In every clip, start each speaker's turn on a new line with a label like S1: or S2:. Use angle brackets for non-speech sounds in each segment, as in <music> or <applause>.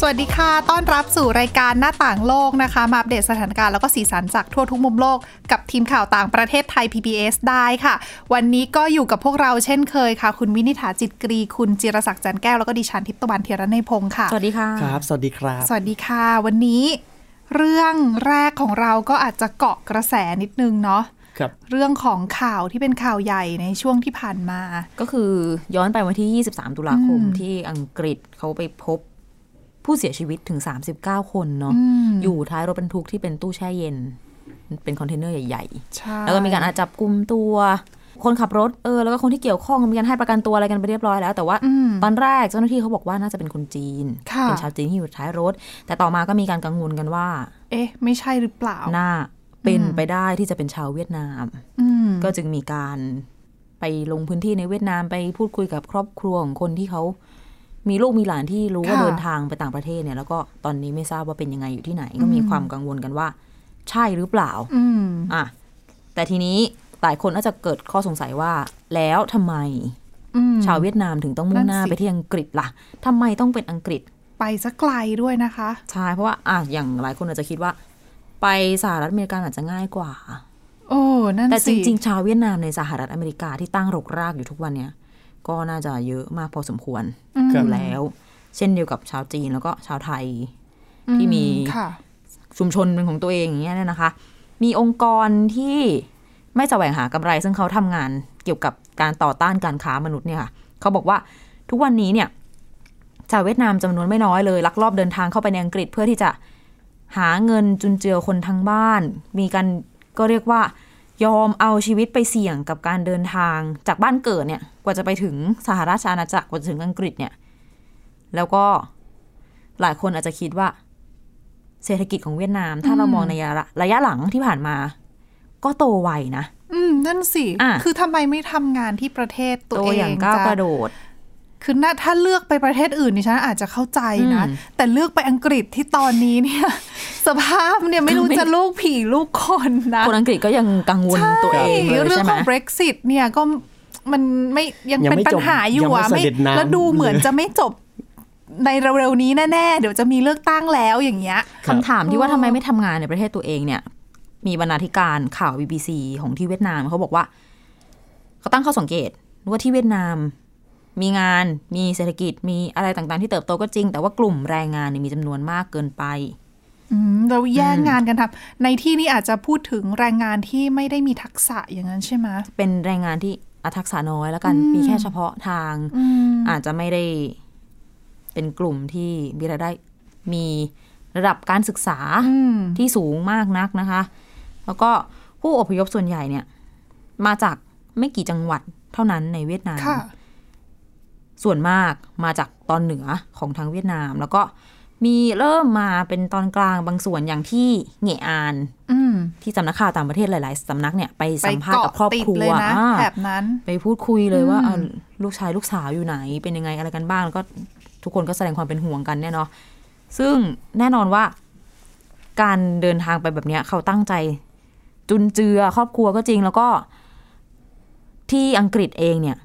S1: สวัสดีค่ะ ต้อนรับสู่รายการหน้าต่างโลกนะคะ มาอัปเดตสถานการณ์แล้วก็สีสันจากทั่วทุกมุมโลก กับทีมข่าวต่างประเทศไทย PBS ได้ค่ะ วันนี้ก็อยู่กับพวกเราเช่นเคยค่ะ คุณวินิษฐาจิตกรี คุณจิรศักดิ์จันทร์แก้ว แล้วก็ดิฉันทิพย์ตะวันเทยรนยพงค์ค่ะ
S2: สวัสดีค่ะ
S3: ครับ สวัสดีครับ
S1: สวัสดีค่ะ วันนี้ เรื่องแรกของเราก็อาจจะเกาะกระแสนิดนึงเนาะ
S3: ครับ
S1: เรื่องของข่าวที่เป็นข่าวใหญ่ในช่วงที่ผ่านมา
S2: ก็คือย้อนไปวันที่ 23 ตุลาคม
S1: อืม
S2: ที่อังกฤษเขาไปพบผู้เสียชีวิตถึง 39 คนเนาะ
S1: อืม
S2: อยู่ท้ายรถบรรทุกที่เป็นตู้แช่เย็น เป็นคอนเทนเนอร์ใหญ่
S1: ใช่
S2: ๆ แล้วก็มีการอาจจับกลุ่มตัว คนขับรถเออแล้วก็คนที่เกี่ยวข้องมีการให้ประกันตัวอะไรกันไปเรียบร้อยแล้ว แต่ว่า
S1: อืม
S2: ตอนแรกเจ้าหน้าที่เขาบอกว่าน่าจะเป็นคนจีน
S1: ค่ะ
S2: เป็นชาวจีนที่อยู่ท้ายรถ แต่ต่อมาก็มีการกังวลกันว่า
S1: เอ๊ะ ไม่ใช่หรือเปล่า
S2: น่าเป็น
S1: อืม
S2: ไปได้ที่จะเป็นชาวเวียดนาม
S1: อืม
S2: ก็จึงมีการไปลงพื้นที่ในเวียดนามไปพูดคุยกับครอบครัวของคนที่เขามีลูกมีหลานที่รู้ว่า
S1: ค่ะ
S2: เดินทางไปต่างประเทศเนี่ย แล้วก็ตอนนี้ไม่ทราบว่าเป็นยังไงอยู่ที่ไหน ก็มี
S1: อืม
S2: ความกังวลกันว่า ใช่หรือเปล่า
S1: อืม
S2: อ่ะแต่ทีนี้หลายคนอาจจะเกิดข้อสงสัยว่า แล้วทำไม
S1: อืม
S2: ชาวเวียดนามถึงต้องมุ่งหน้า
S1: นั่นสิ
S2: ไปที่อังกฤษล่ะทำไมต้องเป็นอังกฤษ
S1: ไปซะไกลด้วยนะคะ
S2: ใช่เพราะว่าอ่ะอย่างหลายคนอาจจะคิดว่า ไปสหรัฐอเมริกาอาจจะง่ายกว่า
S1: โอ้นั่น
S2: แต่จ
S1: สิ
S2: ริง ๆ ชาวเวียดนามในสหรัฐอเมริกาที่ตั้งรกรากอยู่ทุกวันเนี่ยก็น่าจะเยอะมากพอสมควร
S1: อืม
S2: อยู่แล้ว เช่นเดียวกับชาวจีนแล้วก็ชาวไทย ที่มี
S1: ค่ะ
S2: ชุมชนเป็นของตัวเองอย่างเงี้ยเนี่ยนะคะ มีองค์กรที่ไม่แสวงหากำไร ซึ่งเขาทำงานเกี่ยวกับการต่อต้านการค้ามนุษย์เนี่ยค่ะเขาบอกว่าทุกวันนี้เนี่ยชาวเวียดนามจำนวนไม่น้อยเลยลักลอบเดินทางเข้าไปในอังกฤษเพื่อที่จะหาเงินจุนเจือคนทั้งบ้าน มีการก็เรียกว่ายอมเอาชีวิตไปเสี่ยงกับการเดินทางจากบ้านเกิดเนี่ยกว่าจะไปถึงสหราชอาณาจักรกว่าจะถึงอังกฤษเนี่ยแล้วก็หลายคนอาจจะคิดว่า เศรษฐกิจของเวียดนาม ถ้าเรา
S1: อืม
S2: มองในระยะระยะหลังที่ผ่านมา ก็โตไวนะ
S1: อืมนั่นสิ
S2: อ่ะ
S1: คือทำไมไม่ทำงานที่ประเทศตัว
S2: โต
S1: เอง
S2: อย่างก้าว
S1: จะ
S2: กระโดด
S1: คือน่าถ้าเลือกไปประเทศอื่นนี่ฉันอาจจะเข้าใจนะ
S2: อืม
S1: แต่เลือกไปอังกฤษที่ตอนนี้เนี่ย <laughs> สภาพเนี่ยไม่รู้
S2: ไม่
S1: จะลูกผีลูกคนนะ
S2: คนอังกฤษก็ยังกังวลตัวเองเลย
S1: เรื่อง
S2: ใช่ไห
S1: ข
S2: ม
S1: อง Brexit เนี่ยก็มันไม่ยัง
S3: ยัง
S1: เป็น
S3: ไม่
S1: ปัญหา
S3: จบ
S1: อยู่
S3: ยัง
S1: อ่ะ
S3: ไม่เสด็จน้ำ
S1: แล้วดูเหมือนจะไม่จบในเร็วๆนี้แน่ๆเดี๋ยวจะมีเลือกตั้งแล้วอย่างเงี้ย
S3: ครับ
S2: คำถามที่ว่าทำไมไม่ทำงานในประเทศตัวเองเนี่ย มีบรรณาธิการข่าว BBC ของที่เวียดนามเขาบอกว่าเขาตั้งข้อสังเกตว่าที่เวียดนาม มีงานมีเศรษฐกิจมีอะไรต่างๆ ที่เติบโตก็จริง แต่ว่ากลุ่มแรงงานเนี่ยมีจำนวนมากเกินไป
S1: อืมเราแย่งงานกันทำในที่นี้อาจจะพูดถึงแรงงานที่ไม่ได้มีทักษะอย่างนั้นใช่ไหม
S2: เป็นแรงงานที่อาทักษะน้อยแล้วกัน
S1: อืม
S2: มีแค่เฉพาะทาง
S1: อืม
S2: อาจจะไม่ได้เป็นกลุ่มที่มีรายได้มีระดับการศึกษา
S1: อืม
S2: ที่สูงมากนักนะคะ แล้วก็ผู้อพยพส่วนใหญ่เนี่ย มาจากไม่กี่จังหวัดเท่านั้นในเวียดนาม
S1: ค่ะ
S2: ส่วนมากมาจากตอนเหนือของทางเวียดนาม แล้วก็มีเริ่มมาเป็นตอนกลางบางส่วนอย่างที่เหงอาน
S1: อืม
S2: ที่สำนักข่าวต่างประเทศหลาย ๆสำนักเนี่ยไป
S1: ไป
S2: สัมภาษณ์กับครอบ
S1: ติด
S2: ครัว
S1: เลยนะ
S2: อ่า
S1: แบบนั้น
S2: ไปพูดคุยเลยว่า
S1: อืม
S2: อ่ะลูกชายลูกสาวอยู่ไหน เป็นยังไงอะไรกันบ้าง แล้วก็ทุกคนก็แสดงความเป็นห่วงกันเนี่ยเนาะซึ่งแน่นอนว่า การเดินทางไปแบบเนี้ย เขาตั้งใจ จุนเจือครอบครัวก็จริง แล้วก็ ที่อังกฤษเองเนี่ย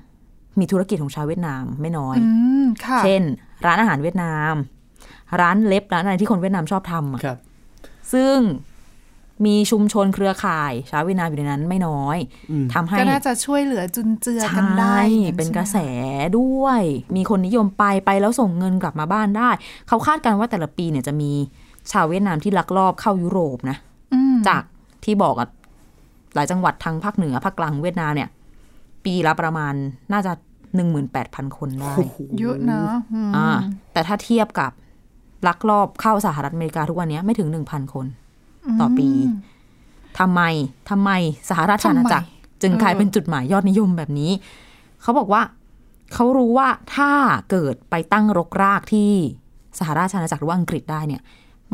S2: มีธุรกิจของชาวเวียดนามไม่น้อย
S1: อืมค่ะ
S2: เช่น ร้านอาหารเวียดนาม ร้านเล็บร้านอะไรที่คนเวียดนามชอบทำอะ
S3: ครับ
S2: ซึ่งมีชุมชนเครือข่าย ชาวเวียดนามอยู่ในนั้นไม่น้อย
S3: อืม
S2: ทำให้
S1: ก็น่าจะช่วยเหลือจุนเจือกันได้
S2: ใช่
S1: อย่าง
S2: เป็นกระแส
S1: ใช่ไหม
S2: ด้วย มีคนนิยมไปไปแล้วส่งเงินกลับมาบ้านได้ เขาคาดการณ์ว่าแต่ละปีเนี่ยจะมีชาวเวียดนามที่ลักลอบเข้ายุโรปนะ
S1: อืม
S2: จากที่บอกอะหลายจังหวัดทางภาคเหนือภาคกลางเวียดนามเนี่ย ปีละประมาณน่าจะ 18,000 คนได้
S3: โอ้โห
S1: เยอะนะอืม
S2: อ่า แต่ถ้าเทียบกับลักลอบเข้าสหรัฐอเมริกาทุกวันเนี้ยไม่ถึง 1,000 คน ต่อปี
S1: ม
S2: ทำไม ทำไมสหราชอาณาจักร
S1: ทำไม
S2: จึงกลาย
S1: เออ
S2: เป็นจุดหมายยอดนิยมแบบนี้ เขาบอกว่า เขารู้ว่าถ้าเกิดไปตั้งรกรากที่สหราชอาณาจักรหรือว่าอังกฤษได้เนี่ย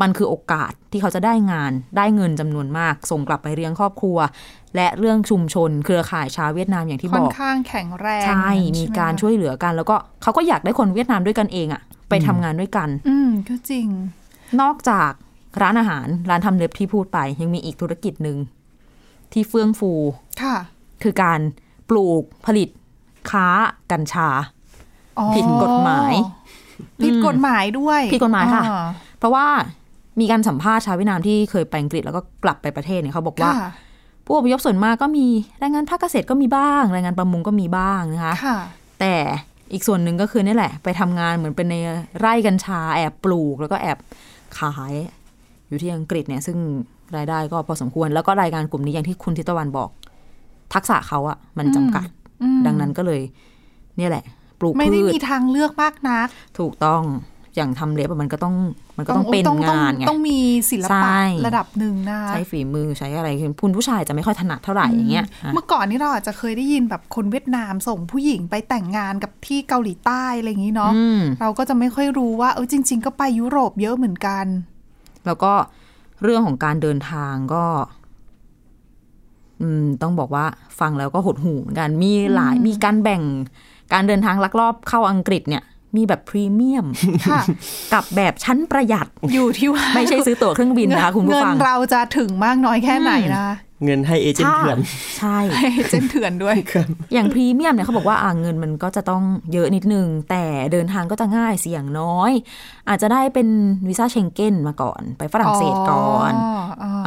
S2: มันคือโอกาสที่เขาจะได้งานได้เงินจำนวนมาก ส่งกลับไปเลี้ยงครอบครัว และเรื่องชุมชน เครือข่ายชาวเวียดนามอย่างที่
S1: ค่
S2: บ
S1: อน
S2: อก
S1: ข้างแข็งแรง
S2: ใช่
S1: อย่างนั้น
S2: มี
S1: ใช่ไห
S2: การ
S1: คะ
S2: ช่วยเหลือกัน แล้วก็เขาก็อยากได้คนเวียดนามด้วยกันเองอะ ไปทำงานด้วยกัน
S1: อืมก็จริง
S2: นอกจากร้านอาหารร้านทำเล็บที่พูดไป ยังมีอีกธุรกิจหนึ่งที่เฟื่องฟู
S1: ค่ะ
S2: คือการปลูกผลิตค้ากัญชา
S1: อ๋อ
S2: ผิดกฎหมาย
S1: ผิดกฎหมายด้วย
S2: ผิดกฎหมายค่ะ
S1: อ่
S2: เพราะว่ามีการสัมภาษณ์ชาวเวียดนามที่เคยไปอังกฤษแล้วก็กลับไปประเทศเนี่ยเขาบอกว่า
S1: ค่ะ
S2: ผู้อพยพส่วนมากก็มีแรงงานภาคเกษตรก็มีบ้างแรงงานประมงก็มีบ้างนะคะ
S1: ค่ะ
S2: แต่อีกส่วนหนึ่งก็คือนี่แหละ ไปทำงานเหมือนเป็นในไร่กัญชาแอบปลูก แล้วก็แอบขาย อยู่ที่อังกฤษเนี่ยซึ่งรายได้ก็พอสมควร แล้วก็รายงานกลุ่มนี้อย่างที่คุณทิตวันบอก ทักษะเขาอะมันจำกัด
S1: อืม
S2: ดังนั้นก็เลย เนี่ยแหละ ปลูก
S1: ไม่
S2: พื
S1: ได้มี
S2: ช
S1: ทางเลือกมากนัก
S2: ถูกต้องอย่างทำเล็บอะมันก็ต้องมันก็ต้องเป็น
S1: ต้องต้อง
S2: งานไง
S1: ต้องมีศิล
S2: ใช่
S1: ปะระดับหนึ่งนะคะ
S2: ใช้ฝีมือใช้อะไรคือคุณผู้ชายจะไม่ค่อยถนัดเท่าไหร่อย่างเงี้ย
S1: เมื่อก่อนนี่เราอาจจะเคยได้ยินแบบคนเวียดนามส่งผู้หญิงไปแต่งงานกับที่เกาหลีใต้อะไรอย่างนี้เนาะ
S2: อืม
S1: เราก็จะไม่ค่อยรู้ว่าเออจริง ๆ ก็ไปยุโรปเยอะเหมือนกัน
S2: แล้วก็เรื่องของการเดินทางก็ อืม ต้องบอกว่าฟังแล้วก็หดหูเหมือนกัน มีหลายมีการแบ่งการเดินทางลักลอบเข้าอังกฤษเนี่ย มีแบบพรีเมียม
S1: ค่ะ
S2: <laughs> กับแบบชั้นประหยัด
S1: อยู่ที่ว่า
S2: ไม่ใช่ซื้อตั๋วเครื่องบิน
S1: <laughs>
S2: นะคะคุณผู้ฟัง
S1: เงินเราจะถึงมากน้อยแค่ไหนนะ
S3: เงินให้เอเจนต์เถื่อน
S2: ใช่
S1: ให้เจนเถื่อนด้วย
S2: อย่างพรีเมียมเนี่ยเขาบอกว่าอ่าเงินมันก็จะต้องเยอะนิดนึง แต่เดินทางก็จะง่ายเสี่ยงน้อย อาจจะได้เป็นวีซ่าเชงเก้นมาก่อน ไปฝรั่งเศสก่อน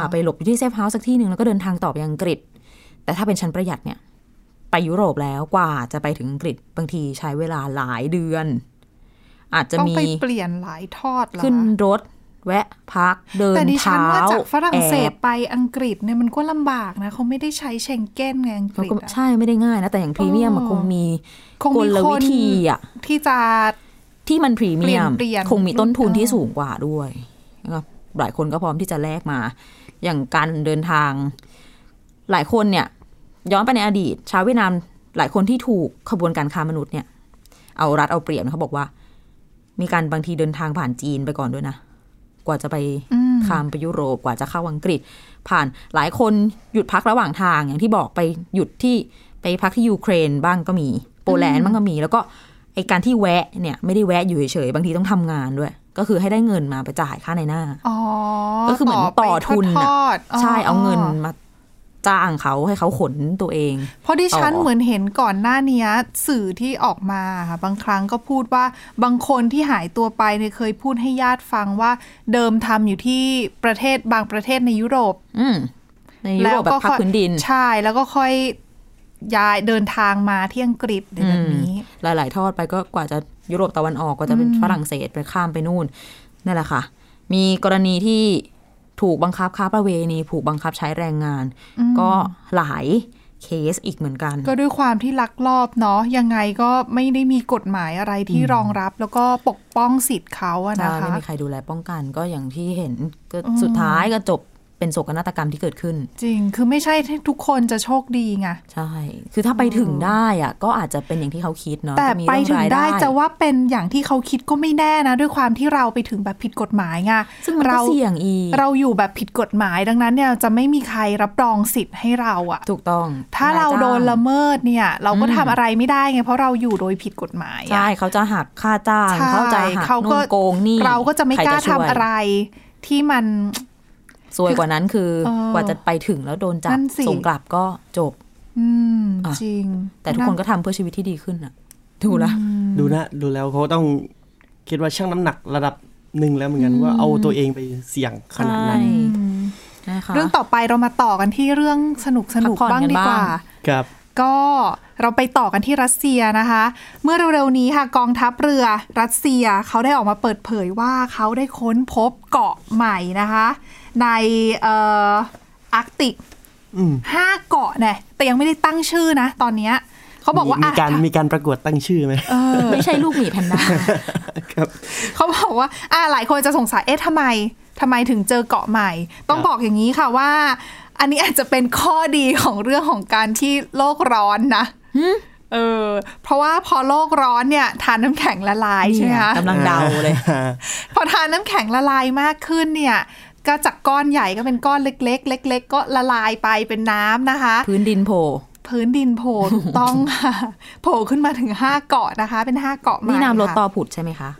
S2: อ่ะไปหลบอยู่ที่เซฟเฮาส์สักที่หนึ่งแล้วก็เดินทางต่อไปยังอังกฤษ แต่ถ้าเป็นชั้นประหยัดเนี่ย ไปยุโรปแล้วกว่าจะไปถึงอังกฤษบางทีใช้เวลาหลายเดือน อาจจะ
S1: ต้อง
S2: มี
S1: ไปเปลี่ยนหลายทอดเหรอ
S2: ขึ้นรถ แวะพักเดิน
S1: แต่ดิฉั
S2: เท้า
S1: ว่าจากฝรั่งเศส
S2: แอบ
S1: ไปอังกฤษเนี่ยมันก็ลำบากนะเขาไม่ได้ใช้เชงเก้นไงอังก
S2: เขา
S1: ฤษ
S2: ก็
S1: อะ
S2: ใช่ไม่ได้ง่ายนะ แต่อย่างพรีเมียมอะ
S1: อ๋อ
S2: คงมี
S1: คง
S2: ก
S1: มี
S2: ล
S1: ค
S2: วิ
S1: น
S2: ธีอะ
S1: ที่จะ
S2: ที่มันพรีเมียม
S1: เปลี่ยนๆ
S2: คงมีต้นทุนที่
S1: อ่า
S2: สูงกว่าด้วยแล้วก็หลายคนก็พร้อมที่จะแลกมา อย่างการเดินทาง หลายคนเนี่ย ย้อนไปในอดีต ชาวเวียดนามหลายคนที่ถูกขบวนการค้ามนุษย์เนี่ย เอารัดเอาเปรียบนะเขาบอกว่า มีการบางทีเดินทางผ่านจีนไปก่อนด้วยนะ กว่าจะไป
S1: อืม
S2: ข้ามไปยุโรปกว่าจะเข้าอังกฤษ ผ่านหลายคนหยุดพักระหว่างทางอย่างที่บอกไปหยุดที่ไปพักที่ยูเครนบ้างก็มี โปแลนด์บ้างก็มี แล้วก็ไอการที่แวะเนี่ย ไม่ได้แวะอยู่เฉยๆบางทีต้องทำงานด้วย ก็คือให้ได้เงินมาไปจ่ายค่าในหน้า
S1: อ๋อ
S2: ก็คือเหมือนต่อทุน
S1: ไป
S2: น่ะ
S1: ทอดๆ
S2: ใช่เอาเงินมาจ้างเขาให้เขาขนตัวเอง
S1: เพราะดิฉัน
S2: ต่อ
S1: เหมือนเห็นก่อนหน้านี้สื่อที่ออกมาค่ะบางครั้งก็พูดว่าบางคนที่หายตัวไปเนี่ยเคยพูดให้ญาติฟังว่า เดิมทำอยู่ที่ประเทศบางประเทศในยุโรป
S2: อืมในยุโรปแบบพัก
S1: ค่อย
S2: พื้นดิน
S1: ใช่แล้วก็ค่อยย้ายเดินทางมาที่อังกฤษในแบบนี้
S2: หลาย ๆ ทอดไปก็กว่าจะยุโรปตะวันออกก็จะเป็น
S1: อืม
S2: ฝรั่งเศสไปข้ามไปนู่นนั่นแหละค่ะ มีกรณีที่ถูกบังคับค้าประเวณีถูกบังคับใช้แรงงาน ก็หลายเคสอีกเหมือนกัน
S1: ก็ด้วยความที่ลักลอบเนาะยังไงก็ไม่ได้มีกฎหมายอะไรที่รองรับ แล้วก็ปกป้องสิทธิ์เขาอะนะ
S2: ใช่
S1: คะ
S2: ไม่มีใครดูแลป้องกันก็อย่างที่เห็นก็
S1: อืม
S2: สุดท้ายก็จบเป็นโศกนาฏกรรมที่เกิดขึ้น
S1: จริงคือไม่ใช่ทุกคนจะโชคดีไง
S2: ใช่ คือถ้าไปถึงได้อะก็อาจจะเป็นอย่างที่เขาคิดเนาะ
S1: แต่
S2: มี
S1: ไป
S2: เรื่อง
S1: ถึง
S2: ราย
S1: ได้จะว่าเป็นอย่างที่เขาคิดก็ไม่แน่นะ ด้วยความที่เราไปถึงแบบผิดกฎหมายไง
S2: ซึ่งมันก็
S1: เรา
S2: เสี่ยงอีก
S1: เราอยู่แบบผิดกฎหมายดังนั้นเนี่ยจะไม่มีใครรับรองสิทธิ์ให้เราอะ
S2: ถูกต้อง
S1: ถ้าเรา
S2: ยจ้ง
S1: โดนละเมิดเนี่ย เราก็
S2: อืม
S1: ทำอะไรไม่ได้ไงเพราะเราอยู่โดยผิดกฎหมายอะ
S2: ใช่เขาจะหักค่าจ้าง
S1: ใช่
S2: เขาจะหัก
S1: เขา
S2: นู่นโกงนี่
S1: เราก็จะไม่
S2: ใค
S1: กล้า
S2: ช่
S1: ทำ
S2: วย
S1: อะไรที่มัน
S2: ซวยกว่านั้นคือ
S1: เออก
S2: ว่าจะไปถึงแล้วโดนจับ
S1: นั่นสิ
S2: ส่งกลับก็จบ
S1: อืม
S2: อ่ะ
S1: จริง
S2: แต่ทุกคนก็ทำเพื่อชีวิตที่ดีขึ้นอ่ะถูกละ
S3: ดูนะ ดูแล้วเขาต้องคิดว่าช่างน้ำหนักระดับหนึ่งแล้วเหมือนกันว่าเอาตัวเองไปเสี่ยงขนาดนั้น
S1: อืม
S2: ใช่นะคะ
S1: เรื่องต่อไปเรามาต่อกันที่เรื่องสนุกสนุก
S2: พักผ่
S1: บ้า
S2: อน
S1: ง
S2: กัน
S1: ดีกว่า
S2: บ้าง
S3: ครับ
S1: ก็เราไปต่อกันที่รัสเซียนะคะ เมื่อเร็วๆนี้ค่ะกองทัพเรือรัสเซียเขาได้ออกมาเปิดเผยว่าเขาได้ค้นพบเกาะใหม่นะคะ ในเอ่ออาร์กติก
S3: อืม
S1: ห้าเกาะเนี่ยแต่ยังไม่ได้ตั้งชื่อนะ ตอนเนี้ยเขาบอกว่า
S3: มี
S1: อ่ะ
S3: การมีการประกวดตั้งชื่อไหม
S1: เออ
S2: ไม่ใช่ลูกหมีแพนด้า
S3: ครับ
S1: เขาบอกว่าอ่าหลายคนจะสงสัย เอ๊ะทำไมทำไมถึงเจอเกาะใหม่ ต้องบอกอย่างนี้ค่ะว่า อันนี้อาจจะเป็นข้อดีของเรื่องของการที่โลกร้อนนะเออ เพราะว่าพอโลกร้อนเนี่ยทานน้ำแข็งละลายใช่ไหมคะ
S2: กำลังเดาเลย
S1: พอทานน้ำแข็งละลายมากขึ้นเนี่ย ก็จากก้อนใหญ่ก็เป็นก้อนเล็ก ๆ เล็ก ๆ ก็ละลายไปเป็นน้ำนะคะ
S2: พื้นดินโผล่
S1: พื้นดินโผล่ถูก <laughs> ต้องค่ะ โผล่ขึ้นมาถึงห้าเกาะนะคะ เป็นห้าเกาะใหม่
S2: นี่นามรถ
S1: ค่ะ
S2: ต่อผุดใช่ไหมคะ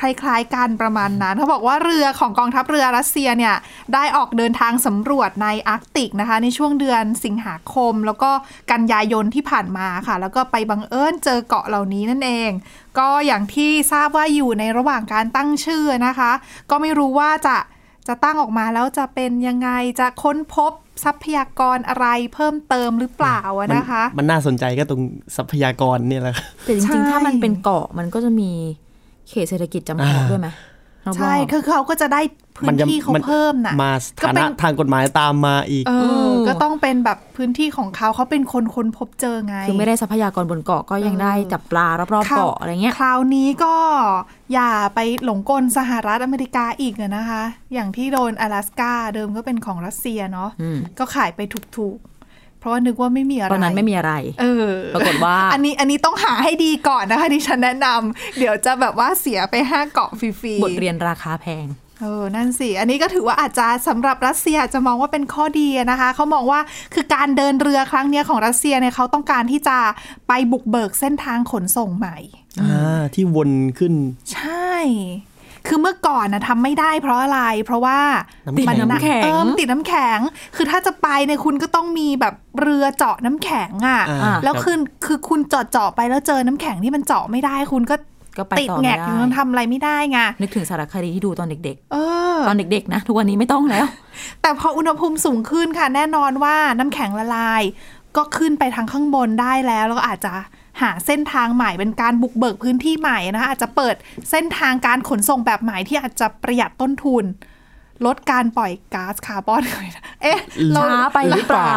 S1: คล้ายๆกันประมาณนั้นเขาบอกว่าเรือของกองทัพเรือรัสเซียเนี่ยได้ออกเดินทางสำรวจในอาร์กติกนะคะ ในช่วงเดือนสิงหาคม แล้วก็กันยายนที่ผ่านมาค่ะ แล้วก็ไปบังเอิญเจอเกาะเหล่านี้นั่นเอง ก็อย่างที่ทราบว่าอยู่ในระหว่างการตั้งชื่อนะคะ ก็ไม่รู้ว่าจะจะตั้งออกมาแล้วจะเป็นยังไงจะค้นพบทรัพยากรอะไรเพิ่มเติมหรือเปล่าอะ
S3: มั
S1: นะคะ
S3: มันน่าสนใจก็ตรงทรัพยากรเนี่ยแหละครับ
S2: แต่จริง
S1: ใช่
S2: ๆ ถ้ามันเป็นเกาะมันก็จะมีเขตเศรษฐกิจจำกัด
S3: อ่า
S2: ด้วยไหมรอบๆ
S1: ใช่คือเขาก็จะได้พื้น
S3: จะ
S1: ที่เขา
S3: น
S1: เพิ่มน่ะ
S3: มา
S1: ก็
S3: ฐา
S1: เป็
S3: นะ
S1: น
S3: ทางกฎหมายตามมาอีก
S1: เออ ก็ต้องเป็นแบบพื้นที่ของเขาเขาเป็นคนค้นพบเจอไง
S2: คือไม่ได้ทรัพยากรบนเกาะก็ยังได้จับปลารอบๆ
S1: ค่ะ
S2: เกาะอะไรเงี้ย
S1: คราวนี้ก็อย่าไปหลงกลสหรัฐอเมริกาอีกอะนะคะ อย่างที่โดน阿拉สกาเดิมก็เป็นของรัสเซียเนาะ
S2: อืม
S1: ก็ขายไปถูกๆ เพราะว่านึกว่าไม่มีอะไร
S2: ตอนนั้นไม่มีอะไร
S1: เออ
S2: ปรากฏว่า
S1: <laughs> อันนี้อันนี้ต้องหาให้ดีก่อนนะคะที่ฉันแนะนำเดี๋ยวจะแบบว่าเสียไปห้าเกาะฟรีๆ
S2: บทเรียนราคาแพง
S1: เออ นั่นสิ อันนี้ก็ถือว่าอาจจะสำหรับรัสเซียจะมองว่าเป็นข้อดีนะคะ เขามองว่าคือการเดินเรือครั้งเนี้ยของรัสเซียเนี่ยเขาต้องการที่จะไปบุกเบิกเส้นทางขนส่งใหม่
S3: อ่าที่วนขึ้น
S1: ใช่ คือเมื่อก่อนนะทำไม่ได้เพราะอะไร เพราะว่า
S3: น้ำแข็ง
S1: มัะ
S2: น้ำแข็ง
S1: เออมันติดน้ำแข็ง คือถ้าจะไปเนี่ยคุณก็ต้องมีแบบเรือเจาะน้ำแข็งอะ่ะ
S3: อ่า
S2: อ่ะ
S1: แล้ว
S3: รับ
S1: คือคือคุณเจาะเจาะๆไปแล้วเจอน้ำแข็งที่มันเจาะไม่ได้ คุณก็
S2: ก็ไป
S1: ติด
S2: ต่อ
S1: แง
S2: ไม่
S1: กอ
S2: ได้
S1: ยู่มันทำอะไรไม่ได้ไง
S2: นึกถึงสารคดีที่ดูตอนเด็ก
S1: เออ
S2: ๆ ตอนเด็กๆ นะ ทุกวันนี้ไม่ต้องแล้ว
S1: แต่พออุณหภูมิสูงขึ้นค่ะ แน่นอนว่าน้ำแข็งละลาย ก็ขึ้นไปทางข้างบนได้แล้ว แล้วก็อาจจะหาเส้นทางใหม่เป็นการบุกเบิกพื้นที่ใหม่นะคะอาจจะเปิดเส้นทางการขนส่งแบบใหม่ที่อาจจะประหยัดต้นทุน ลดการปล่อยก๊าซคาร์บอน <laughs> เอ๊ะเร
S2: ช้าไปหรือเปล่า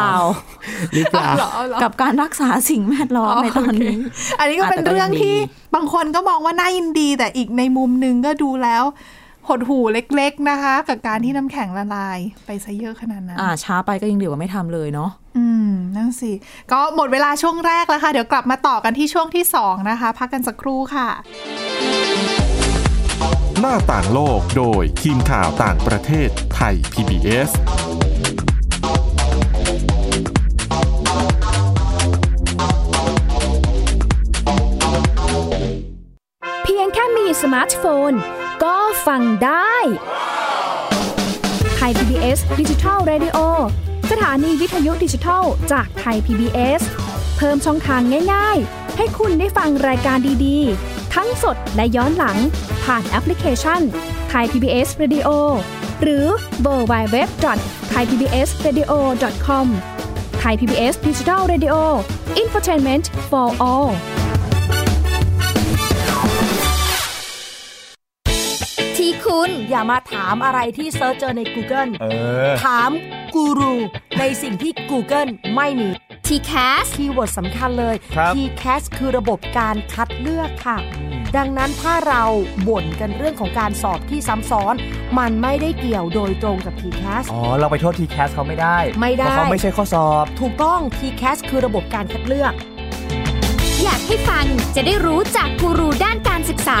S3: หรือเปล่า
S1: เอาเหรอเอาเหรอ
S2: กับการรักษาสิ่งแวดล้อม
S1: อ๋อ
S2: ในตอนนี้
S1: โเคอันนี้ก็
S2: อ่ะ
S1: เป็นเรื่อง
S2: แต่ก็ยังดี
S1: ที่บางคนก็มองว่าน่ายินดี แต่อีกในมุมหนึงก็ดูแล้ว หดหูเล็กๆนะคะ กับการที่น้ำแข็งละลายไปซะเยอะขนาดนั้น
S2: อ่าช้าไปก็ยังดีกว่าไม่ทำเลยเนาะ
S1: อืม นั่นสิ ก็หมดเวลาช่วงแรกแล้วค่ะ เดี๋ยวกลับมาต่อกันที่ช่วงที่ 2 นะคะ พักกันสักครู่ค่ะ
S4: หน้าต่างโลกโดยทีมข่าวต่างประเทศไทย PBS
S5: เพียงแค่มีสมาร์ทโฟน ก็ฟังได้ไทย PBS ดิจิทัล Radio สถานีวิทยุดิจิทัลจากไทย PBS เพิ่มช่องทางง่ายๆ ให้คุณได้ฟังรายการดีๆ ทั้งสดและย้อนหลัง ผ่านแอปพลิเคชันไทย PBS Radio หรือเวอร์ไบเว็บไทยพีบีเอสเรดิโอคอมไทยพีบีเอสดิจิทัลเรดิโออินฟอร์ทนเมนต์ for all
S6: ที่คุณอย่ามาถามอะไรที่เซิร์ชเจอใน Google
S7: เออ
S6: ถามกูรูในสิ่งที่ Google ไม่มี t c a s คีย์เวิร์ดสำคัญเลย
S7: ครับ
S6: t c a s คือระบบการคัดเลือกค่ะ ดังนั้นถ้าเราบ่นกันเรื่องของการสอบที่ซ้ำซ้อน มันไม่ได้เกี่ยวโดยตรงกับ t c a s
S7: อ๋อ เราไปโทษทีแคสเขาไม่ได้
S6: ไม่ได้
S7: เพราะเขาไม่ใช่ข้อสอบ
S6: ถูกต้อง t c a s คือระบบการคัดเลือก
S8: อยากให้ฟังจะได้รู้จากกูรูด้านการศึกษา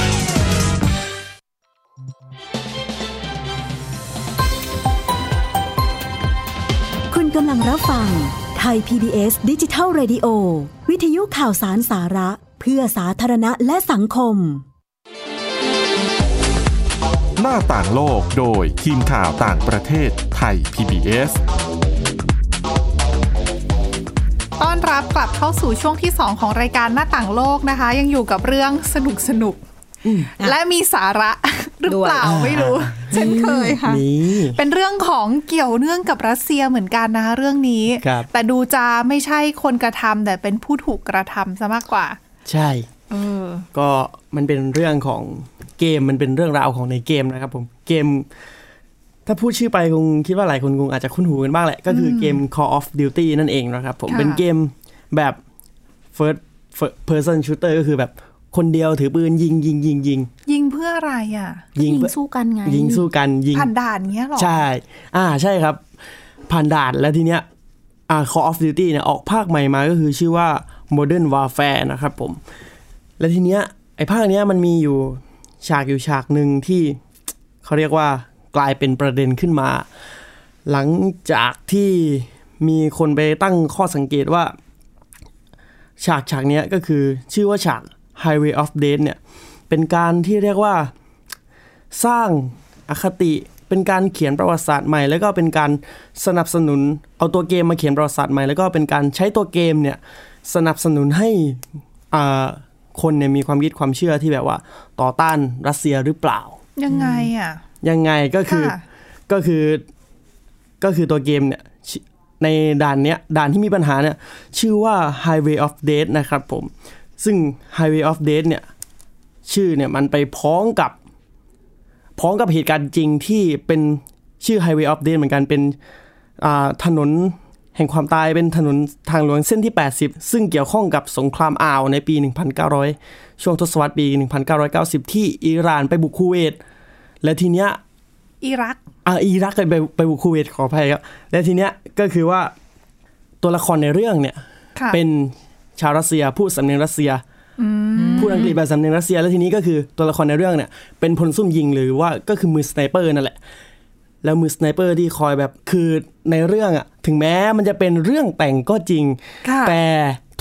S9: คุณกำลังรับฟังไทย PBS ดิจิทัล Radio วิทยุข่าวสารสาระ เพื่อสาธารณะและสังคม
S4: หน้าต่างโลกโดยทีมข่าวต่างประเทศไทย PBS
S1: ต้อนรับกลับเข้าสู่ช่วงที่ 2 ของรายการหน้าต่างโลกนะคะ ยังอยู่กับเรื่องสนุกสนุกๆและมีสาระ <laughs> หรือเปล่า
S3: ด้วย
S1: ไม่รู้ เช่นเคยค่ะ
S3: นี่
S1: เป็นเรื่องของเกี่ยวเนื่องกับรัสเซียเหมือนกันนะคะ เรื่องนี้
S3: ครับ
S1: แต่ดูจะไม่ใช่คนกระทำแต่เป็นผู้ถูกกระทำซะมากกว่า
S3: ใช่
S1: เออ
S3: ก็มันเป็นเรื่องของเกมมันเป็นเรื่องราวของในเกมนะครับผมเกม ถ้าพูดชื่อไปคงคิดว่าหลายคนคงอาจจะคุ้นหูกันบ้างแหละ ก็คือเกม Call of Duty นั่นเองนะครับผม
S1: ค่ะ
S3: เป็นเกมแบบ first first person shooter ก็คือแบบคนเดียวถือปืนยิงยิงยิงยิง
S1: ยิงเพื่ออะไรอ่ะ
S2: ยิง
S3: เพื่อ
S2: สู้กันไง
S3: ยิงสู้กันยิง
S1: ผ่านด่านเงี้ยเหรอ
S3: ใช่ อ่า ใช่ครับ ผ่านด่านแล้วทีเนี้ย อ่า Call of Duty เนี่ยออกภาคใหม่มาก็คือชื่อว่า Modern Warfare นะครับผม และทีเนี้ยไอ้ภาคเนี้ยมันมีอยู่ฉากอยู่ฉากหนึ่งที่ เขาเรียกว่ากลายเป็นประเด็นขึ้นมา หลังจากที่มีคนไปตั้งข้อสังเกตว่า ฉากฉากเนี้ยก็คือชื่อว่าฉาก Highway of Death เนี่ย เป็นการที่เรียกว่าสร้างอคติเป็นการเขียนประวัติศาสตร์ใหม่ แล้วก็เป็นการสนับสนุนเอาตัวเกมมาเขียนประวัติศาสตร์ใหม่แล้วก็เป็นการใช้ตัวเกมเนี่ยสนับสนุนให้อ่าคนเนี่ยมีความคิดความเชื่อที่แบบว่าต่อต้านรัสเซียหรือเปล่า
S1: ยังไงอ่ะ
S3: ยังไงก็คือ
S1: ค่ะ
S3: ก็คือก็คือตัวเกมเนี่ยชิในด่านเนี้ยด่านที่มีปัญหาเนี่ยชื่อว่า Highway of Death นะครับผม ซึ่ง Highway of Death เนี่ยชื่อเนี่ยมันไปพ้องกับ พ้องกับเหตุการณ์จริงที่เป็นชื่อ Highway of Death เหมือนกันเป็นอ่าถนนแห่งความตายเป็นถนนทางหลวงเส้นที่ 80 ซึ่งเกี่ยวข้องกับสงครามอ่าวในปี 1900 ช่วงทศวรรษปี 1990 ที่อิหร่านไปบุกคูเวต และทีเนี้ย
S1: อิรัก
S3: อ่าอิรักไปไปไปบุกคูเวตขออภัยครับ และทีเนี้ยก็คือว่าตัวละครในเรื่องเนี่ย
S1: ค่ะ
S3: เป็นชาวรัสเซียพูดสำเนียงรัสเซียพูดอังกฤษแบบสำเนียงรัสเซีย แล้วทีนี้ก็คือตัวละครในเรื่องเนี่ย เป็นพลซุ่มยิงหรือว่าก็คือมือสไนเปอร์นั่นแหละ แล้วมือสไนเปอร์ที่คอยแบบคือในเรื่องอะถึงแม้มันจะเป็นเรื่องแต่งก็จริง
S1: ค่ะ
S3: แต่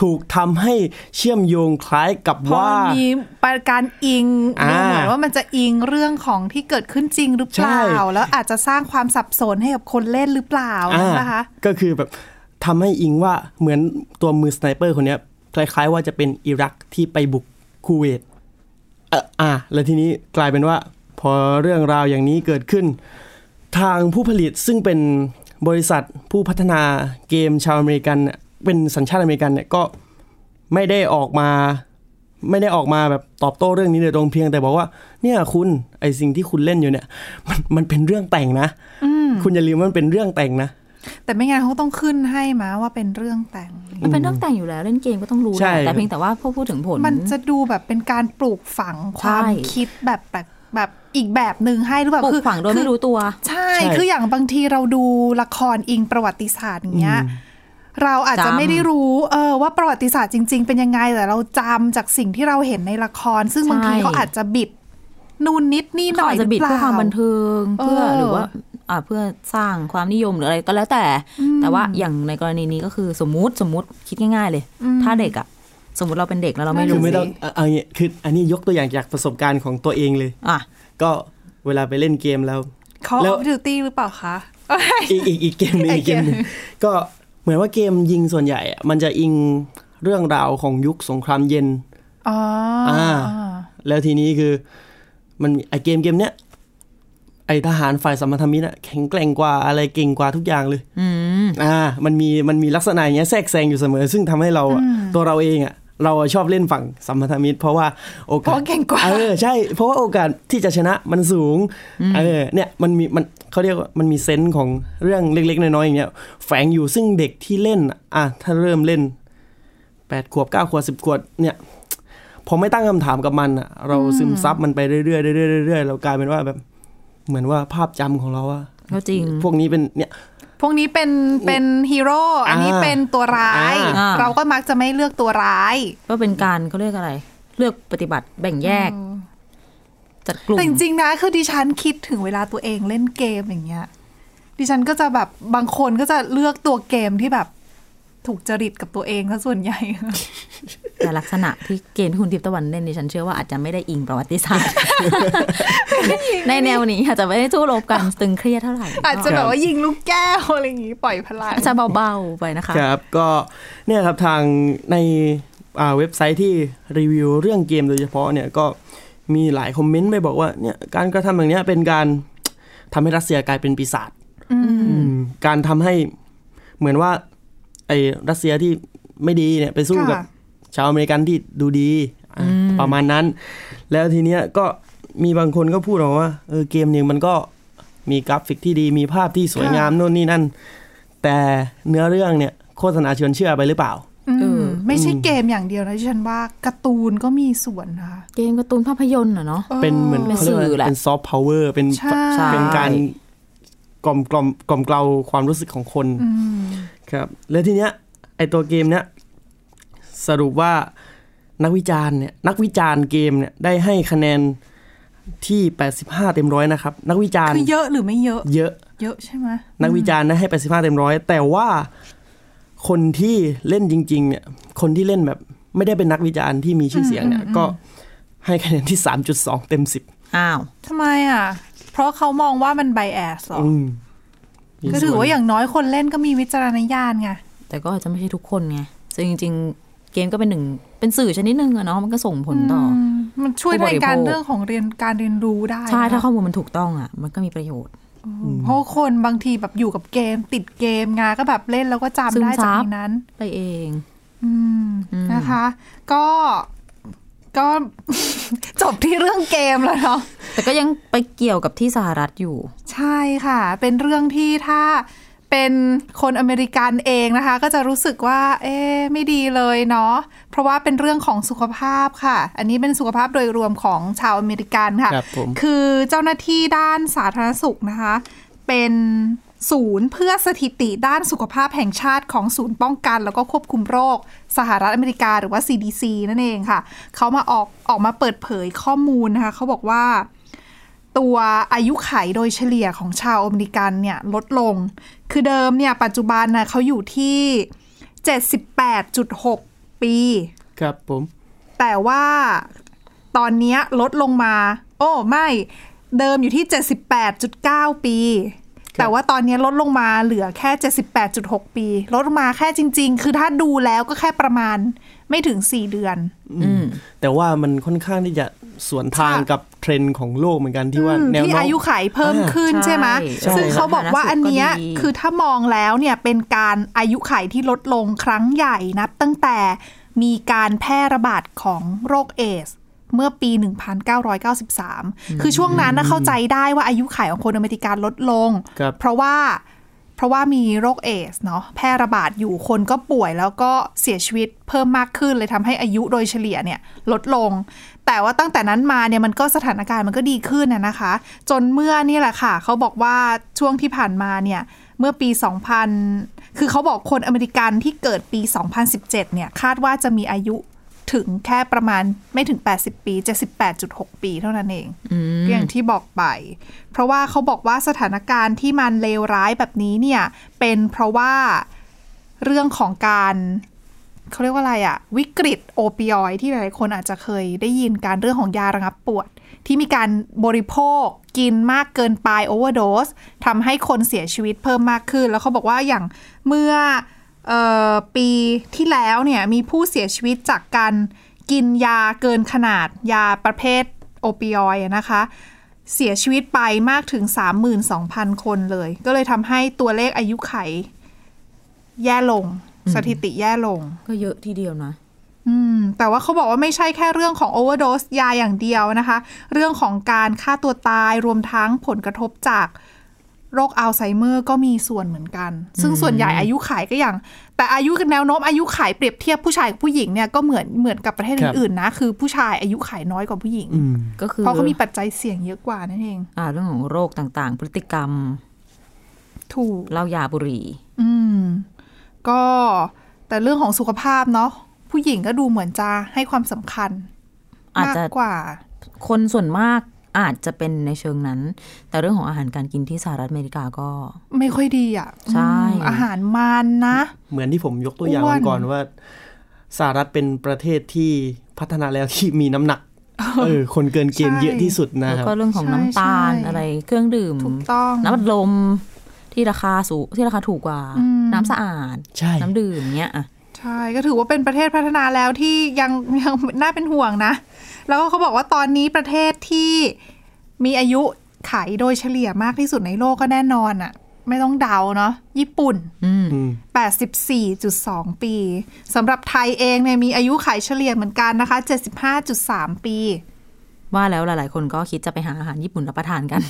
S3: ถูกทำให้เชื่อมโยงคล้ายกับ
S1: เพราะ
S3: ว่า
S1: มีประการอิง
S3: อ่า
S1: ดูเหมือนว่ามันจะอิงเรื่องของที่เกิดขึ้นจริงหรือเปล่า
S3: ใช่
S1: แล้วอาจจะสร้างความสับสนให้กับคนเล่นหรือเปล่า
S3: อ่า
S1: นะคะ
S3: ก็คือแบบทำให้อิงว่าเหมือนตัวมือสไนเปอร์คนเนี้ยคล้ายๆว่าจะเป็นอิรักที่ไปบุกคูเวตเอออ่ะแล้วทีนี้กลายเป็นว่า พอเรื่องราวอย่างนี้เกิดขึ้น ทางผู้ผลิตซึ่งเป็นบริษัทผู้พัฒนาเกมชาวอเมริกันเนี่ยเป็นสัญชาติอเมริกันเนี่ยก็ไม่ได้ออกมา ไม่ได้ออกมาแบบตอบโต้เรื่องนี้โดยตรงเพียงแต่บอกว่า เนี่ยคุณไอสิ่งที่คุณเล่นอยู่เนี่ย มันมันเป็นเรื่องแต่งนะคุณอย่าลืมว่ามันเป็นเรื่องแต่งนะ
S1: แต่ไม่งั้นเขาต้องขึ้นให้มาว่าเป็นเรื่องแต่ง
S2: มันเป็นเรื่องแต่งอยู่แล้วเล่นเกมก็ต้องรู้
S3: ใช่
S2: แหละแต่เพียงแต่ว่าพอพูดถึงผล
S1: มันจะดูแบบเป็นการปลูกฝังความ
S2: ใช่
S1: คิดแบบแบบแบบอีกแบบหนึ่งให้หรือเปล่า
S2: ปลู
S1: คื
S2: ก
S1: อ
S2: ฝังโดย
S1: คือ
S2: ไม่รู้ตัว
S1: ใช่
S3: ใช่
S1: คืออย่างบางทีเราดูละครอิงประวัติศาสตร์อย่างเงี้ย เราอาจจะ
S2: จำ
S1: ไม่ได้รู้เออว่าประวัติศาสตร์จริง ๆ เป็นยังไง แต่เราจำจากสิ่งที่เราเห็นในละคร ซึ่งบางทีเขาอาจจะบิด นู่นนิดนี่ห
S2: เขา
S1: น่อย
S2: อาจจะบิด
S1: หรื
S2: เพื่
S1: ป
S2: อ
S1: ล่
S2: ความบันเทิง
S1: เออ
S2: เพื่อหรือว่าอ่าเพื่อสร้างความนิยมหรืออะไรก็แล้วแต่ แต่ว่าอย่างในกรณีนี้ก็คือสมมุติสมมุติคิดง่ายๆเลย ถ้าเด็กอะสมมติเราเป็นเด็กแล้วเราไม่
S3: คือ
S2: รู้
S3: ไม่ต้องเอาเอาอย่างงี้คืออันนี้ยกตัวอย่างจากประสบการณ์ของตัวเองเลย
S2: อ่ะ
S3: ก็เวลาไปเล่นเกม <laughs> แล้ว
S1: เขา
S3: แล้
S1: อ
S3: ว
S1: อฟดิวตี้หรือเปล่าคะ
S3: อีกอีกอีกเกมหนึงอีกเกมหนึงก็เหมือนว่าเกมยิงส่วนใหญ่อะมันจะอิงเรื่องราวของยุคสงครามเย็น
S1: อ๋อ
S3: อ่า แล้วทีนี้คือมันมีไอเกมเกมเนี้ยไอทหารฝ่ายสัมพันธมิตรอะแข็งแกร่งกว่าอะไรเก่งกว่าทุกอย่างเลยอ่า มันมีมันมีลักษณะอย่างเงี้ยแทรกแซงอยู่เสมอ ซึ่งทำให้เราอะตัวเราเองอ่ะ เราอะชอบเล่นฝั่งสัมพันธมิตร เพราะว่าโอ
S1: เพ
S3: กาส
S1: ราะเก่งกว่า
S3: เออใช่ เพราะว่าโอกาสที่จะชนะมันสูงเออเนี่ยมันมีมันเขาเรียกว่ามันมีเซนส์ของเรื่องเล็กๆ น้อยๆอย่างเงี้ยแฝงอยู่ซึ่งเด็กที่เล่นน่ะอ่ะถ้าเริ่มเล่นแปดขวบเก้าขวบสิบขวบเนี่ยพอไม่ตั้งคำถามกับมันอ่ะเราซึมซับมันไปเรื่อยๆเรื่อยๆเรื่อยๆเรากลายเป็นว่าแบบเหมือนว่าภาพจำของเราว่า
S2: ก็จริง
S3: พวกนี้เป็นเนี่ย
S1: พวกนี้เป็นเป็นฮีโร่อันนี้
S3: อ่า
S1: เป็นตัวร้าย
S2: อ่า
S1: เราก็มักจะไม่เลือกตัวร้าย
S2: ก็เป็นการเขาเรียกอะไร เลือกปฏิบัติแบ่งแยก จัดกลุ่ม
S1: แต่จริงๆนะคือดิฉันคิดถึงเวลาตัวเองเล่นเกมอย่างเงี้ยดิฉันก็จะแบบบางคนก็จะเลือกตัวเกมที่แบบถูกจริตกับตัวเองซะส่วนใหญ่ <laughs>
S2: แต่ลักษณะที่เกมที่คุณทิพย์ตะวันเล่นดิฉันเชื่อว่าอาจจะไม่ได้อิงประวัติศาสตร์ ในแนวนี้อาจจะไม่ได้สู้รบกันตึงเครียดเท่าไหร่
S1: อาจจะ
S3: ค
S1: แบ
S3: รั
S1: บบ ว่ายิงลูกแก้วอะไรอย่างงี้ปล่อยพลัง
S2: อาจจะเบาๆไปนะคะ
S3: ครับก็เนี่ยครับทางในอ่าเว็บไซต์ที่รีวิวเรื่องเกมโดยเฉพาะเนี่ยก็มีหลายคอมเมนต์ไปบอกว่าเนี่ยการกระทำอย่างเนี้ยเป็นการ ทำให้รัสเซียกลายเป็นปีศาจอืมการทำให้เหมือนว่าไอ้รัสเซียที่ไม่ดีเนี่ยไปสู้กับ
S1: ค่ะ
S3: ชาวอเมริกันที่ดูดีอ่ะประมาณนั้น แล้วทีเนี้ยก็มีบางคนก็พูดออกมาว่าเออเกมหนึ่งมันก็มีกราฟิกที่ดีมีภาพที่สวยงามโน่นนี่นั่น แต่เนื้อเรื่องเนี่ยโฆษณาชวนเชื่อไปหรือเปล่า
S1: อืมไม่ใช่เกมอย่างเดียวนะดิฉันว่าการ์ตูนก็มีส่วนนะคะ
S2: เกมการ์ตูนภาพยนตร์อะเนาะ
S3: เป็นเหมือน
S2: เป็น
S3: เขาเรียกว่า
S2: สื่อแหละ
S3: เป็นซอฟต์พาวเวอร์เป็น
S1: ใช่
S2: ใช่
S3: เป็นการกล่อมกล่อมกล่อมเกลาความรู้สึกของคน ครับ แล้วทีเนี้ยไอตัวเกมเนี้ยสรุปว่านักวิจารณ์เนี่ยนักวิจารณ์เกมเนี่ยได้ให้คะแนนที่ 85 เต็มร้อยนะครับ นักวิจารณ์
S1: คือเยอะหรือไม่เยอะ
S3: เยอะ
S1: เยอะใช่ไหม
S3: นักวิจารณ์นะให้ 85 เต็มร้อยแต่ว่าคนที่เล่นจริง ๆ เนี่ย คนที่เล่นแบบไม่ได้เป็นนักวิจารณ์ที่มีชื่อเสียงเนี่ย ก็ให้คะแนนที่ 3.2 เต็ม 10
S2: อ้าว
S1: ทำไมอ่ะ เพราะเขามองว่ามันไบแอสหรอ
S3: อืมมี
S1: ก็ถือ
S3: ส่น
S1: ว่าอย่างน้อยคนเล่นก็มีวิจารณญาณไง
S2: แต่ก็อาจจะไม่ใช่ทุกคนไงซึ่งจริง ๆ เกมก็เป็นหนึ่งเป็นสื่อชนิดหนึ่งอะเนาะมันก็ส่งผลต่ออ
S1: มันช่วย
S2: ผู้
S1: ใน
S2: บริโภค
S1: การเรื่องของเรียนการเรียนรู้ได้
S2: ใช่ถ้า
S1: นะ
S2: ข้อมูลมันถูกต้องอะมันก็มีประโยชน์
S1: เพราะคนบางทีแบบอยู่กับเกม ติดเกมไงก็แบบเล่นแล้วก็
S2: ซึ
S1: จำ
S2: ม
S1: ได้จาก
S2: ซับ
S1: ในนั้น
S2: ไปเอง
S1: อืมนะคะ ก็ก็ <laughs> จบที่เรื่องเกมแล้วเนาะ
S2: แต่ก็ยังไปเกี่ยวกับที่สหรัฐอยู่
S1: ใช่ค่ะ เป็นเรื่องที่ถ้าเป็นคนอเมริกันเองนะคะ ก็จะรู้สึกว่า เอ๊ะไม่ดีเลยเนาะ เพราะว่าเป็นเรื่องของสุขภาพค่ะ อันนี้เป็นสุขภาพโดยรวมของชาวอเมริกันค่ะ
S3: ครับผม
S1: คือเจ้าหน้าที่ด้านสาธารณสุขนะคะ เป็นศูนย์เพื่อสถิติด้านสุขภาพแห่งชาติของศูนย์ป้องกัน แล้วก็ควบคุมโรคสหรัฐอเมริกาหรือว่า CDC นั่นเองค่ะ เขามาออกออกมาเปิดเผยข้อมูลนะคะเขาบอกว่า ตัวอายุไขโดยเฉลี่ยของชาวอเมริกันเนี่ยลดลง คือเดิมเนี่ยปัจจุบันนะเขาอยู่ที่ 78.6 ปี
S3: ครับผม
S1: แต่ว่าตอนเนี้ยลดลงมา โอ้ไม่เดิมอยู่ที่ 78.9 ปี
S3: ครับ
S1: แต่ว่าตอนเนี้ยลดลงมาเหลือแค่ 78.6 ปี ลดลงมาแค่จริง ๆ คือถ้าดูแล้วก็แค่ประมาณไม่ถึง 4 เดือน
S2: อืม
S3: แต่ว่ามันค่อนข้างที่จะสวนทาง
S1: ค่ะ
S3: กับเทรนด์ของโลกเหมือนกันที่ว่า
S1: อืม
S3: แนว
S1: ที่
S3: โน้ม
S1: อายุไขเพิ่มขึ้น
S2: อ่า
S1: ใช่ไหม
S2: ใช่
S1: ซึ่งเขาบอกว่าอันเนี้ย
S2: ก็ดี
S1: คือถ้ามองแล้วเนี่ยเป็นการอายุไขที่ลดลงครั้งใหญ่นับตั้งแต่มีการแพร่ระบาดของโรคเอส เมื่อปี 1993 คือช่วงนั้นนะเข้าใจได้ว่าอายุไขของคนอเมริกันลดลง
S3: ครับ
S1: เพราะว่าเพราะว่ามีโรคเอสเนาะแพร่ระบาดอยู่คนก็ป่วยแล้วก็เสียชีวิตเพิ่มมากขึ้นเลยทำให้อายุโดยเฉลี่ยเนี่ยลดลง แต่ว่าตั้งแต่นั้นมาเนี่ยมันก็สถานการณ์มันก็ดีขึ้นนะนะคะ จนเมื่อนี่แหละค่ะ เขาบอกว่าช่วงที่ผ่านมาเนี่ยเมื่อปี 2000 คือเขาบอกคนอเมริกันที่เกิดปี 2017เนี่ยคาดว่าจะมีอายุถึงแค่ประมาณไม่ถึง 80 ปี 78.6 ปีเท่านั้นเอง ก็อย่างที่บอกไป เพราะว่าเขาบอกว่าสถานการณ์ที่มันเลวร้ายแบบนี้เนี่ย เป็นเพราะว่าเรื่องของการเขาเรียกว่าอะไรอะวิกฤตโอปิออยด์ที่หลายๆคนอาจจะเคยได้ยินการเรื่องของยาระงับปวด ที่มีการบริโภคกินมากเกินไปโอเวอร์ e สทำให้คนเสียชีวิตเพิ่มมากขึ้น แล้วเขาบอกว่าอย่างเมื่อเออปีที่แล้วเนี่ยมีผู้เสียชีวิตจากการกินยาเกินขนาดยาประเภทโอปิออยด์อะนะคะ เสียชีวิตไปมากถึง 32,000 คนเลย ก็เลยทำให้ตัวเลขอายุไข แย่ลง สถิติแย่ลง
S2: ก็เยอะทีเดียวนะ
S1: อืม แต่ว่าเขาบอกว่าไม่ใช่แค่เรื่องของโอเวอร์ e สยาอย่างเดียวนะคะ เรื่องของการฆ่าตัวตายรวมทั้งผลกระทบจากโรคอัลไซเมอร์ก็มีส่วนเหมือนกัน ซึ่งส่วนใหญ่อายุไขก็อย่าง แต่อายุแนวโน้มอายุไขเปรียบเทียบผู้ชายกับผู้หญิงเนี่ยก็เหมือนเหมือนกับประเทศ
S3: ครับ
S1: อื่นๆนะคือผู้ชายอายุไขน้อยกว่าผู้หญิง
S3: อืม
S2: ก็คือ
S1: เพราะเขามีปัจจัยเสี่ยงเยอะกว่านั่นเอง
S2: อ่าเรื่องของโรคต่างๆ พฤติกรรม
S1: ถูก
S2: เหล้ายาบุหรี่
S1: อืม ก็แต่เรื่องของสุขภาพเนาะผู้หญิงก็ดูเหมือนจะให้ความสำคัญ
S2: อาจ
S1: มา
S2: จะ
S1: กกว่า
S2: คนส่วนมากอาจจะเป็นในเชิงนั้น แต่เรื่องของอาหารการกินที่สหรัฐอเมริกาก็
S1: ไม่ค่อยดีอ่ะอ
S2: ใช่
S1: ืมอาหารมันนะ
S3: เหมือนที่ผมยกตัวอย่าง
S1: อ้วน
S3: วันก่อนว่าสหรัฐเป็นประเทศที่พัฒนาแล้ว <laughs> ที่มีน้ำหนักเออคนเกินเกณฑ์เยอะที่สุดนะ
S2: แล้ว
S3: ครับ
S2: ก็เรื่องของ
S1: ใช่
S2: น้ำตาล
S1: ใช่
S2: อะไรเครื่องดื่ม
S1: ถูกต้อง
S2: น้ำอัดลมที่ราคาสูงที่ราคาถูกกว่า
S1: อืม
S2: น้ำสะอาด
S3: ใช่
S2: น้ำดื่มเนี้ยอ่ะ
S1: ใช่ก็ถือว่าเป็นประเทศพัฒนาแล้วที่ยัง <laughs> ยังน่าเป็นห่วงนะ แล้วก็เขาบอกว่าตอนนี้ประเทศที่มีอายุไขโดยเฉลี่ยมากที่สุดในโลกก็แน่นอนอ่ะ ไม่ต้องเดาเนาะญี่ปุ่น
S2: อืม
S3: อืม
S1: 84.2 ปีสำหรับไทยเองเนี่ยมีอายุไขเฉลี่ยเหมือนกันนะคะ 75.3 ปี
S2: ว่าแล้วหลายๆ คนก็คิดจะไปหาอาหารญี่ปุ่นรับประทานกัน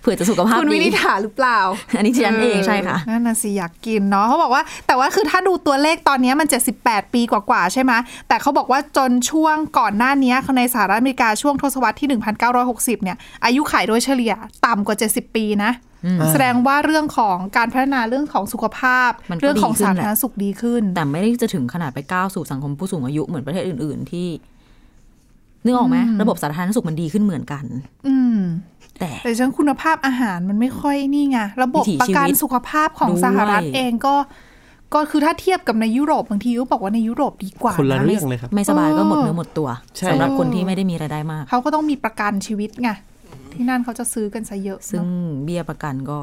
S2: เผื่อจะสุขภาพ
S1: คุณวิ
S2: ดี
S1: นิษฐาหรือเปล่า
S2: อันนี้ดิฉันเองใช่ค่ะ
S1: นั่นน่ะสิอยากกินเนาะเขาบอกว่าแต่ว่าคือถ้าดูตัวเลขตอนนี้มัน 78 ปีกว่าๆใช่ไหมแต่เขาบอกว่าจนช่วงก่อนหน้านี้ในสหรัฐอเมริกาช่วงทศวรรษที่ 1960 เนี่ยอายุไขโดยเฉลี่ยต่ำกว่า 70 ปีนะ
S2: อืม
S1: แสดงว่าเรื่องของการพัฒนาเรื่องของสุขภาพ
S2: มันก็
S1: เรื่องของ
S2: ดีขึ้
S1: สาน
S2: แหละ
S1: ธารณสุขดีขึ้น
S2: แต่ไม่ได้จะถึงขนาดไปก้าวสู่สังคมผู้สูงอายุเหมือนประเทศอื่น ๆ ที่นึกออกไหมระบบสาธารณสุขมันดีขึ้นเหมือนกัน
S1: อืม
S2: แต่
S1: แต่ฉันคุณภาพอาหารมันไม่ค่อยนี่ไง ระบบ
S2: วิถี
S1: ประ
S2: ชีวิต
S1: กันสุขภาพของ
S2: ด้วย
S1: สหรัฐเองก็ ก็คือถ้าเทียบกับในยุโรปบางทีก็บอกว่าในยุโรปดีกว่า
S3: คนละ
S1: นะ
S3: เรื่องเลยครับ
S2: ไม่สบายก็หมดเนื้อหมดตัว
S3: ใช่
S2: สำหรับคนที่ไม่ได้มีรายได้มาก
S1: เขาก็ต้องมีประกันชีวิตไงที่นั่นเขาจะซื้อกันซะเยอะ
S2: ซึ่ง
S1: เนอะ
S2: เบี้ยประกันก็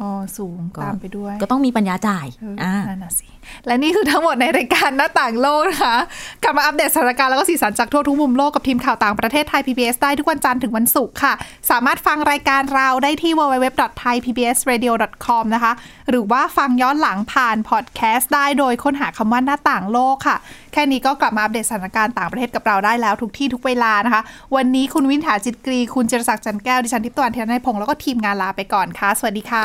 S1: อ๋อสูง
S2: ก็
S1: ตามไปด้วย
S2: ก็ต้องมีปัญญาจ่าย
S1: เออ
S2: อ่า
S1: นั่นน่ะสิ และนี่คือทั้งหมดในรายการหน้าต่างโลกนะคะ กลับมาอัปเดตสถานการณ์แล้วก็สีสันจากทั่วทุกมุมโลกกับทีมข่าวต่างประเทศไทย PBS ได้ทุกวันจันทร์ถึงวันศุกร์ค่ะ สามารถฟังรายการเราได้ที่ www.thaipbsradio.com นะคะ หรือว่าฟังย้อนหลังผ่านพอดแคสต์ได้โดยค้นหาคำว่าหน้าต่างโลกค่ะ แค่นี้ก็กลับมาอัปเดตสถานการณ์ต่างประเทศกับเราได้แล้วทุกที่ทุกเวลานะคะ วันนี้คุณวินถาจิตกรี คุณจิรศักดิ์จันทร์แก้ว ดิฉันทิพย์ตะวันเทียนนายพงศ์แล้วก็ทีมงานลาไปก่อนค่ะ สวัสดีค่ะ